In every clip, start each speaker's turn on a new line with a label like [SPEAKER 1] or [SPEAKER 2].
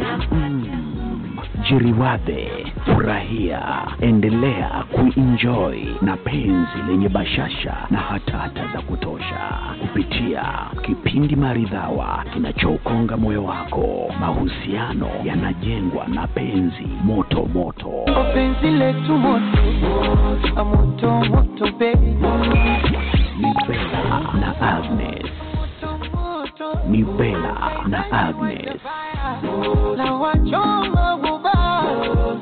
[SPEAKER 1] Mm, jiriwadhe furahia, endelea kuenjoy na penzi lenye bashasha na hatata za kutosha kupitia kipindi maridhawa kinachoukonga moyo wako. Mahusiano yanajengwa na penzi moto moto.
[SPEAKER 2] Penzi letu moto, ah, moto moto baby,
[SPEAKER 1] Ni Bella na Agnes, ni Bella na Agnes.
[SPEAKER 2] na wachoma ubao,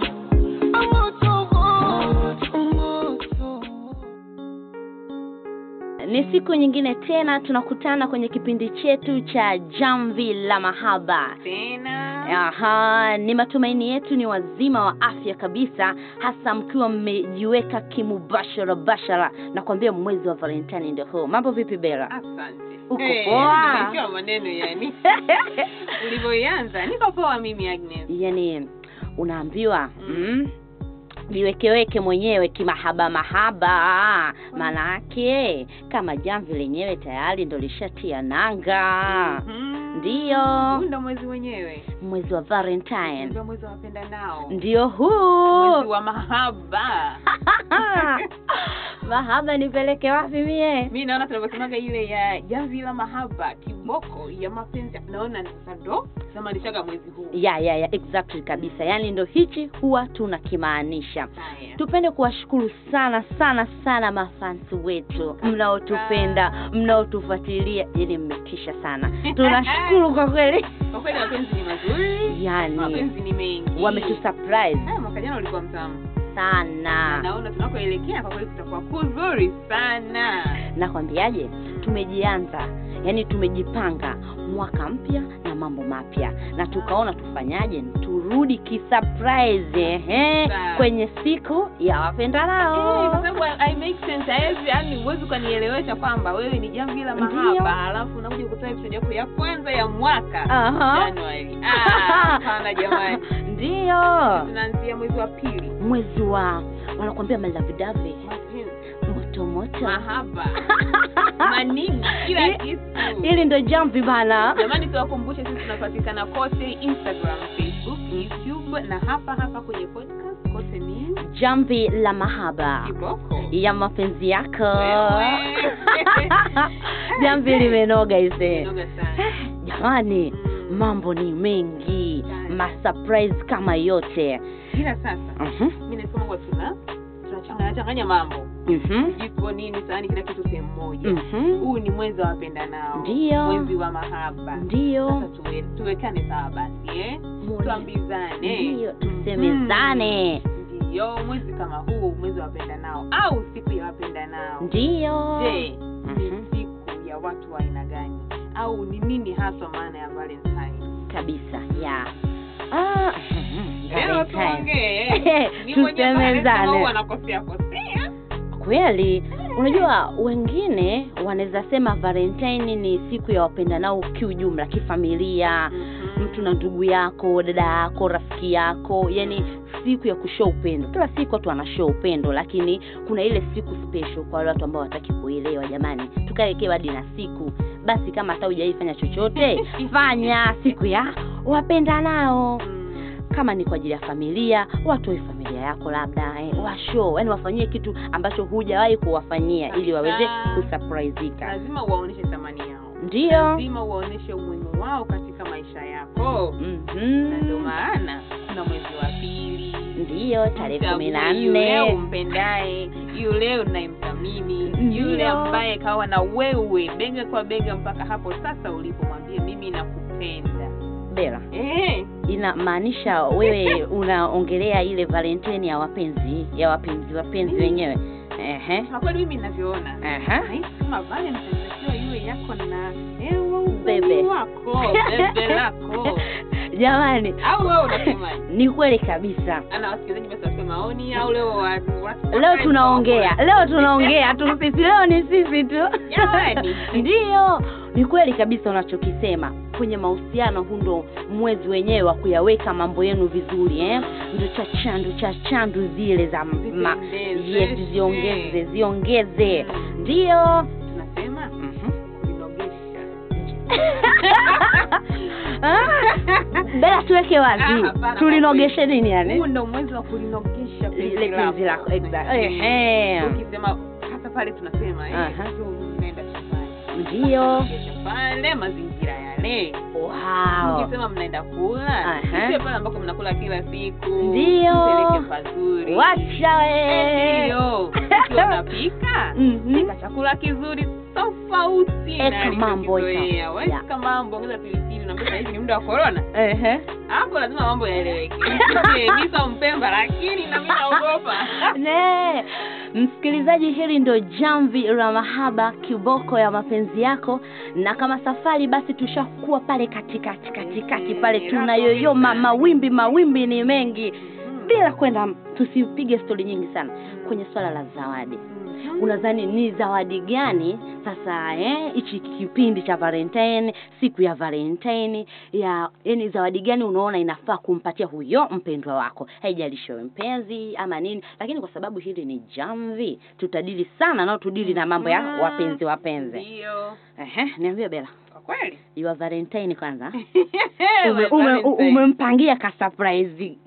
[SPEAKER 2] Ah, moto moto moto.
[SPEAKER 3] Ni siku nyingine tena tunakutana kwenye kipindi chetu cha Jamvi la Mahaba. Aha, ni matumaini yetu ni wazima wa afya kabisa, hasa mkiwa mmejiweka kimubashara bashara. Nakwambia mwezi wa Valentine ndio huu. Mambo vipi Bera?
[SPEAKER 4] Asante.
[SPEAKER 3] Uko
[SPEAKER 4] Eh,
[SPEAKER 3] poa?
[SPEAKER 4] umejua maneno yani. Ulivyoianza niko poa mimi Agnes.
[SPEAKER 3] Yaani unaambiwa mm, jiwekeweke mwenyewe kimahaba mahaba, maanake kama jamvi lenyewe tayari ndo lishatia nanga.
[SPEAKER 2] Mm.
[SPEAKER 4] Mhm.
[SPEAKER 3] Ndiyo.
[SPEAKER 4] Huu ndo mwezi wenyewe.
[SPEAKER 3] mwezi wa Valentine
[SPEAKER 4] Ndio mwezi wa wapendanao.
[SPEAKER 3] ndio
[SPEAKER 4] Mwezi
[SPEAKER 3] huu.
[SPEAKER 4] wa mahaba.
[SPEAKER 3] Mahaba nipeleke wapi mie?
[SPEAKER 4] Mimi naona tunavyosemaga ile ya jamvi la mahaba kiboko ya mapenzi. Naona sasa ndo tunamalishaga mwezi huu.
[SPEAKER 3] Ya ya ya, exactly kabisa, yaani ndo hichi huwa tunakimaanisha.
[SPEAKER 4] Haya.
[SPEAKER 3] Tupende kuwashukuru sana sana sana mafansi wetu mnaotupenda, mnaotufuatilia, ili mmetisha sana. Tunashukuru kwa kweli,
[SPEAKER 4] Kwa kweli mapenzi ni mazuri.
[SPEAKER 3] yaani
[SPEAKER 4] Mapenzi ni mengi.
[SPEAKER 3] wametusurprise
[SPEAKER 4] Ah, mwaka jana ulikuwa mtamu.
[SPEAKER 3] sana.
[SPEAKER 4] Naona tunakoelekea kwa kweli kutakuwa kuzuri sana.
[SPEAKER 3] Nakwambiaje? tumejianza yani tumejipanga mwaka mpya na mambo mapya na tukaona tufanyaje turudi kisurprise ehe
[SPEAKER 4] Sawa.
[SPEAKER 3] kwenye siku ya
[SPEAKER 4] Eh, kwa
[SPEAKER 3] wapendanao
[SPEAKER 4] sababu I make sense hivi, yani huwezi ukanielewesha kwamba wewe ni jamvi la
[SPEAKER 3] Ndiyo.
[SPEAKER 4] mahaba halafu unakuja kutoa episode yako ya kwanza ya mwaka
[SPEAKER 3] Aha.
[SPEAKER 4] Januari. Ah, hapana jamani,
[SPEAKER 3] ndiyo
[SPEAKER 4] tunaanzia mwezi wa pili.
[SPEAKER 3] mwezi wa wanakuambia malavidavi
[SPEAKER 4] Mapenzi,
[SPEAKER 3] motomoto
[SPEAKER 4] Mahaba, manini, kila kitu.
[SPEAKER 3] hili ndo jamvi bana
[SPEAKER 4] Jamani, tuwakumbushe sisi tunapatikana kote Instagram, Facebook, YouTube na hapa hapa kwenye podcast kote ni
[SPEAKER 3] jamvi la mahaba
[SPEAKER 4] Kiboko.
[SPEAKER 3] ya mapenzi yako
[SPEAKER 4] Wewe.
[SPEAKER 3] jamvi limenoga ise
[SPEAKER 4] Noga sana.
[SPEAKER 3] jamani
[SPEAKER 4] Mm.
[SPEAKER 3] mambo ni mengi
[SPEAKER 4] Right.
[SPEAKER 3] masurprise kama yote
[SPEAKER 4] Ila sasa
[SPEAKER 3] Mhm,
[SPEAKER 4] mimi nasema kwa tuna tunachanganya changanya mambo
[SPEAKER 3] mhm,
[SPEAKER 4] jiko nini sahani kila kitu sehemu moja
[SPEAKER 3] mhm.
[SPEAKER 4] huu ni mwezi wa wapendanao
[SPEAKER 3] Ndiyo.
[SPEAKER 4] mwezi wa mahaba sasa
[SPEAKER 3] ndiyo
[SPEAKER 4] tuwe, tuwekane sawa basi eh? tuambizane Mhm.
[SPEAKER 3] ndiyo tusemezane
[SPEAKER 4] ndiyo mwezi kama huu mwezi wa wapendanao au siku ya wapendanao
[SPEAKER 3] ndiyo
[SPEAKER 4] je ni
[SPEAKER 3] Mhm,
[SPEAKER 4] siku ya watu wa aina gani au ni nini haswa maana ya valentine
[SPEAKER 3] kabisa ya Ah, mhm,
[SPEAKER 4] leo
[SPEAKER 3] Valentine.
[SPEAKER 4] tuongee eh.
[SPEAKER 3] Eh,
[SPEAKER 4] Ni mwenye Valentine
[SPEAKER 3] tusemezane.
[SPEAKER 4] huwa anakosea kosea
[SPEAKER 3] kweli unajua wengine wanaweza sema valentine ni siku ya wapendanao kiujumla kifamilia
[SPEAKER 4] Mhm.
[SPEAKER 3] mtu na ndugu yako dada yako rafiki yako yani siku ya kushow upendo kila siku watu wanashow upendo lakini kuna ile siku special kwa wale watu ambao wataki kuelewa jamani tukawekewa hadi na siku basi kama hata hujaifanya chochote fanya siku ya wapenda nao
[SPEAKER 4] Mm.
[SPEAKER 3] kama ni kwa ajili ya familia watoe familia yako labda eh, washow yani wafanyie kitu ambacho hujawahi kuwafanyia ili waweze kusurprisika
[SPEAKER 4] lazima uwaoneshe thamani yao
[SPEAKER 3] Mm. ndiyo
[SPEAKER 4] lazima uwaoneshe umuhimu wao katika maisha yako
[SPEAKER 3] Mm.
[SPEAKER 4] na ndio
[SPEAKER 3] mm-hmm.
[SPEAKER 4] maana kuna mwezi wa pili
[SPEAKER 3] ndiyo tarehe kumi na
[SPEAKER 4] Mchague
[SPEAKER 3] nne
[SPEAKER 4] yule umpendaye yule unayemthamini
[SPEAKER 3] Ndio.
[SPEAKER 4] yule ambaye kawa na wewe bega kwa bega mpaka hapo sasa ulipomwambia mimi nakupenda
[SPEAKER 3] bela
[SPEAKER 4] eh,
[SPEAKER 3] inamaanisha wewe unaongelea ile valentine ya wapenzi ya wapenzi wapenzi wenyewe ehe
[SPEAKER 4] kwa kweli mimi ninavyoona
[SPEAKER 3] ehe
[SPEAKER 4] nahisi kama vale mtatakiwa iwe yako na ewe
[SPEAKER 3] Bebe.
[SPEAKER 4] bebe wako bebe lako
[SPEAKER 3] jamani
[SPEAKER 4] au wewe unasemaje
[SPEAKER 3] ni kweli kabisa
[SPEAKER 4] ana wasikilizaji basi watoe maoni au leo wa- wa-
[SPEAKER 3] leo tunaongea leo tunaongea tu sisi leo ni sisi tu
[SPEAKER 4] Jamani.
[SPEAKER 3] ndiyo ni kweli kabisa unachokisema kwenye mahusiano huu ndo mwezi wenyewe wa kuyaweka mambo yenu vizuri eh? ndo cha chandu cha chandu zile za ma-
[SPEAKER 4] Zipendeze.
[SPEAKER 3] yes ziongeze ziongeze
[SPEAKER 4] Mm.
[SPEAKER 3] ndiyo
[SPEAKER 4] tunasema
[SPEAKER 3] Mhm.
[SPEAKER 4] kulinogesha
[SPEAKER 3] Ah, bela tuweke
[SPEAKER 4] Ah,
[SPEAKER 3] wapi
[SPEAKER 4] hapana,
[SPEAKER 3] tulinogeshe nini
[SPEAKER 4] huu
[SPEAKER 3] yani
[SPEAKER 4] ndo mwezi wa kulinogesha
[SPEAKER 3] Yaani? ile penzi lako exactly. Ehe.
[SPEAKER 4] Eh, ukisema hata pale tunasema eh,
[SPEAKER 3] Aha.
[SPEAKER 4] tu mnaenda shambani
[SPEAKER 3] ndio
[SPEAKER 4] Mnaenda pale mazingira yale
[SPEAKER 3] wow.
[SPEAKER 4] ukisema mnaenda kula
[SPEAKER 3] Aha.
[SPEAKER 4] sio pale ambako mnakula kila siku
[SPEAKER 3] Uh-huh. Ndio.
[SPEAKER 4] mpeleke pazuri
[SPEAKER 3] wacha we
[SPEAKER 4] ndio ukiwa unapika
[SPEAKER 3] Mhm.
[SPEAKER 4] pika chakula kizuri tofauti na
[SPEAKER 3] Eka mambo
[SPEAKER 4] alichokizoea.
[SPEAKER 3] ita-
[SPEAKER 4] Weka
[SPEAKER 3] ya.
[SPEAKER 4] mambo ongeza pilipili na mbona hivi ni muda wa corona
[SPEAKER 3] Ehe.
[SPEAKER 4] hapo lazima mambo yaeleweke misa mpemba lakini na mimi naogopa
[SPEAKER 3] ne msikilizaji hili ndo jamvi la mahaba kiboko ya mapenzi yako na kama safari basi tushakuwa pale katikati katikati pale
[SPEAKER 4] Mm,
[SPEAKER 3] tunayoyoma
[SPEAKER 4] raha.
[SPEAKER 3] mawimbi mawimbi ni mengi bila kwenda tusipige stori nyingi sana kwenye swala la zawadi unadhani ni zawadi gani sasa eh, hichi kipindi cha valentine siku ya valentine ya yani zawadi gani unaona inafaa kumpatia huyo mpendwa wako haijalishi wewe mpenzi ama nini lakini kwa sababu hili ni jamvi tutadili sana nao tudili na mambo ya
[SPEAKER 4] Mm.
[SPEAKER 3] wapenzi wapenzi
[SPEAKER 4] ndio
[SPEAKER 3] Ehe, niambie bela
[SPEAKER 4] kwa kweli
[SPEAKER 3] ya valentine kwanza
[SPEAKER 4] Why
[SPEAKER 3] Ume- ume-
[SPEAKER 4] Eh, Valentine?
[SPEAKER 3] umempangia ka surprise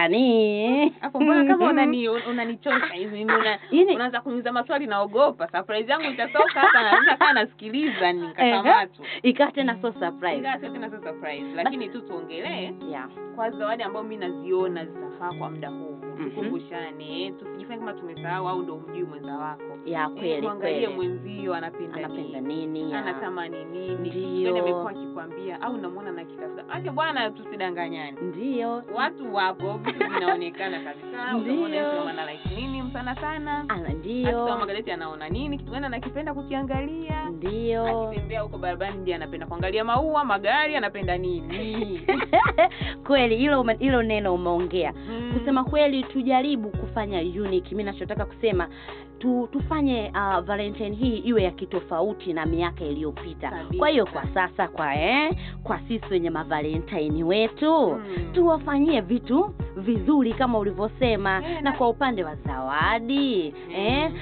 [SPEAKER 3] gani
[SPEAKER 4] hapo mbona kama
[SPEAKER 3] Mhm.
[SPEAKER 4] unani unanichosha hivi mimi una-
[SPEAKER 3] Yaani-
[SPEAKER 4] unaanza kuniuliza maswali naogopa surprise yangu itatoka hapa na mimi nakaa nasikiliza nikatamatwa
[SPEAKER 3] Ehe, ikawa tena so surprise
[SPEAKER 4] ingawa sio tena sio surprise lakini tu tuongelee
[SPEAKER 3] yeah.
[SPEAKER 4] kwa zawadi ambao mi naziona zitafaa kwa muda huu
[SPEAKER 3] Mhm.
[SPEAKER 4] tukumbushane tusijifanye kama tumesahau au ndo umjui mwenza wako
[SPEAKER 3] ya
[SPEAKER 4] Eh,
[SPEAKER 3] kweli
[SPEAKER 4] tuangalie
[SPEAKER 3] kweli
[SPEAKER 4] mwenzio anapenda
[SPEAKER 3] anapenda
[SPEAKER 4] nini
[SPEAKER 3] nini ya.
[SPEAKER 4] anatamani nini
[SPEAKER 3] Ndio.
[SPEAKER 4] yani amekuwa akikwambia au namwona nakitafuta acha bwana tusidanganyane
[SPEAKER 3] ndio
[SPEAKER 4] watu wapo vitu vinaonekana kabisa
[SPEAKER 3] Ndio.
[SPEAKER 4] unaona like nini sana sana
[SPEAKER 3] ana
[SPEAKER 4] akisoma
[SPEAKER 3] ndio
[SPEAKER 4] magazeti anaona nini kitu gani anakipenda kukiangalia
[SPEAKER 3] ndio
[SPEAKER 4] akitembea huko barabarani ndiye anapenda kuangalia maua magari anapenda nini
[SPEAKER 3] kweli hilo ume- hilo neno umeongea
[SPEAKER 4] Mm.
[SPEAKER 3] kusema kweli tujaribu kufanya unique mi nachotaka kusema tu, tufanye uh, valentine hii iwe ya kitofauti na miaka iliyopita
[SPEAKER 4] Kabisa.
[SPEAKER 3] kwa hiyo kwa sasa kwa eh, kwa sisi wenye mavalentine wetu
[SPEAKER 4] Mm.
[SPEAKER 3] tuwafanyie vitu vizuri kama ulivyosema
[SPEAKER 4] Yeah,
[SPEAKER 3] na
[SPEAKER 4] Eh, na-
[SPEAKER 3] kwa upande wa zawadi
[SPEAKER 4] Mm.
[SPEAKER 3] eh,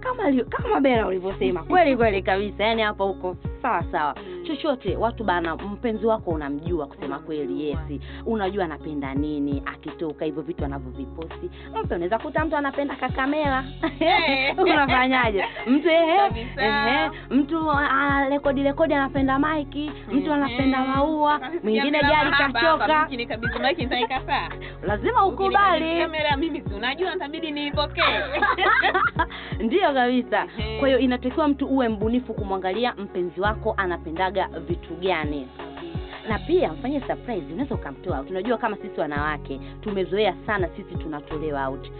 [SPEAKER 3] kama li, kama bera ulivyosema kweli kweli kabisa yani hapo huko sawa sawa
[SPEAKER 4] Mm.
[SPEAKER 3] chochote watu bana mpenzi wako unamjua kusema
[SPEAKER 4] Unamjua.
[SPEAKER 3] kweli yesi unajua anapenda nini akitoka hivyo vitu anavyoviposti mtu unaweza kuta mtu anapenda kakamela
[SPEAKER 4] Eh.
[SPEAKER 3] unafanyaje mtu ehe
[SPEAKER 4] Kabisa.
[SPEAKER 3] ehe mtu anarekodi rekodi anapenda maiki
[SPEAKER 4] Mm-hmm.
[SPEAKER 3] mtu anapenda maua mwingine gari kachoka
[SPEAKER 4] kachoka
[SPEAKER 3] lazima ukubali
[SPEAKER 4] kamera mimi si unajua nitabidi niipokee
[SPEAKER 3] ndiyo kabisa
[SPEAKER 4] Mhm.
[SPEAKER 3] kwa hiyo inatakiwa mtu uwe mbunifu kumwangalia mpenzi wako anapendaga vitu gani na pia mfanyie surprise unaweza ukamtoa out unajua kama sisi wanawake tumezoea sana sisi tunatolewa out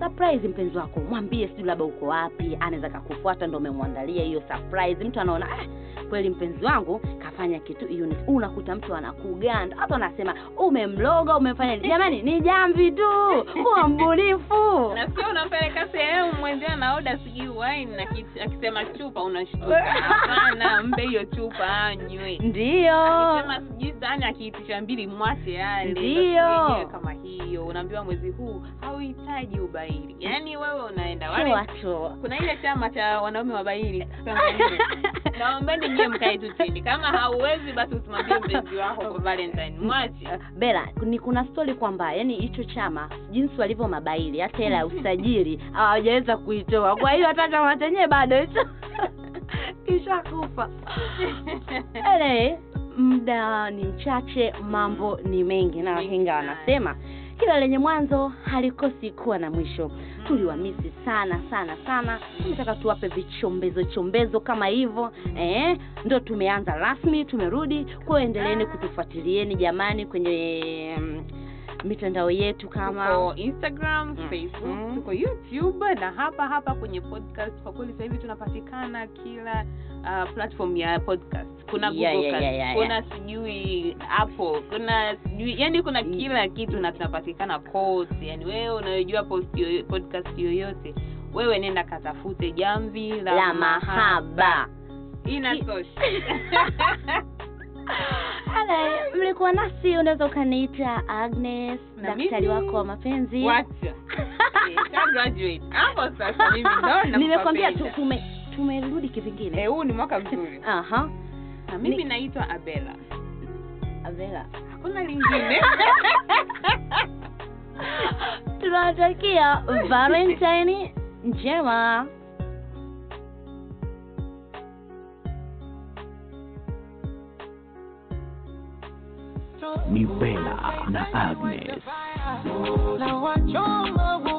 [SPEAKER 3] surprise mpenzi wako mwambie sijui labda uko wapi anaweza kakufuata ndo umemwandalia hiyo surprise mtu anaona ah, kweli mpenzi wangu kafanya kitu unique." unakuta mtu anakuganda hata anasema umemloga umefanya nini?" jamani ni jamvi tu kuwa mbunifu
[SPEAKER 4] na sio unampeleka sehemu mwenzia anaoda sijui wine na ki- akisema chupa unashtuka hapana mpe hiyo chupa anywe
[SPEAKER 3] ndiyo
[SPEAKER 4] akisema sijui sani akiitisha mbili mwache yale
[SPEAKER 3] Ndio.
[SPEAKER 4] Sasa wenyewe kama hiyo unaambiwa mwezi huu hauhitaji ubairi yaani wewe unaenda wale
[SPEAKER 3] watu
[SPEAKER 4] kuna ile chama cha wanaume wabairi Tanzania. naombeni nyie mkae tu chini kama hauwezi basi usimwambie mpenzi wako kwa valentine mwache
[SPEAKER 3] bela Ah, ni kuna stori kwamba yani hicho chama jinsi walivyo mabaili hata hela ya usajili hawajaweza kuitoa kwa hiyo hata chama chenyewe bado hicho kisha kufa ele muda ni mchache mambo ni mengi na wahenga wanasema kila lenye mwanzo halikosi kuwa na mwisho tuliwamisi sana sana sana tunataka tuwape vichombezo chombezo kama hivyo eh, ndo tumeanza rasmi tumerudi kwao endeleeni kutufuatilieni jamani kwenye mm, mitandao yetu kama
[SPEAKER 4] tuko instagram facebook
[SPEAKER 3] Mhm.
[SPEAKER 4] tuko youtube na hapa hapa kwenye podcast kwa kweli sasa hivi tunapatikana kila uh, platform ya podcast kuna
[SPEAKER 3] Yeah,
[SPEAKER 4] Google
[SPEAKER 3] yeah,
[SPEAKER 4] Cast,
[SPEAKER 3] yeah, yeah,
[SPEAKER 4] kuna sijui apple kuna sijui yani kuna
[SPEAKER 3] Mm.
[SPEAKER 4] kila kitu na tunapatikana kote yani wewe unayojua post yoyo, podcast yoyote wewe nenda katafute jamvi la,
[SPEAKER 3] la
[SPEAKER 4] Mahaba.
[SPEAKER 3] mahaba
[SPEAKER 4] inatosha
[SPEAKER 3] Hale, mlikuwa nasi unaweza ukaniita agnes
[SPEAKER 4] Na mimi-
[SPEAKER 3] daktari wako wa mapenzi
[SPEAKER 4] wacha Eh, sha graduate hapo sasa mimi ndo
[SPEAKER 3] nimekwambia
[SPEAKER 4] nakupapenda.
[SPEAKER 3] tu- tume tumerudi kivingine
[SPEAKER 4] Eh, huu ni mwaka mzuri
[SPEAKER 3] Aha.
[SPEAKER 4] Ah, mimi
[SPEAKER 3] Ni-
[SPEAKER 4] naitwa Abela.
[SPEAKER 3] Avela,
[SPEAKER 4] Hakuna lingine.
[SPEAKER 3] tunawatakia Valentine njema.
[SPEAKER 1] ni Bella na Agnes.
[SPEAKER 2] Na wachoma wote.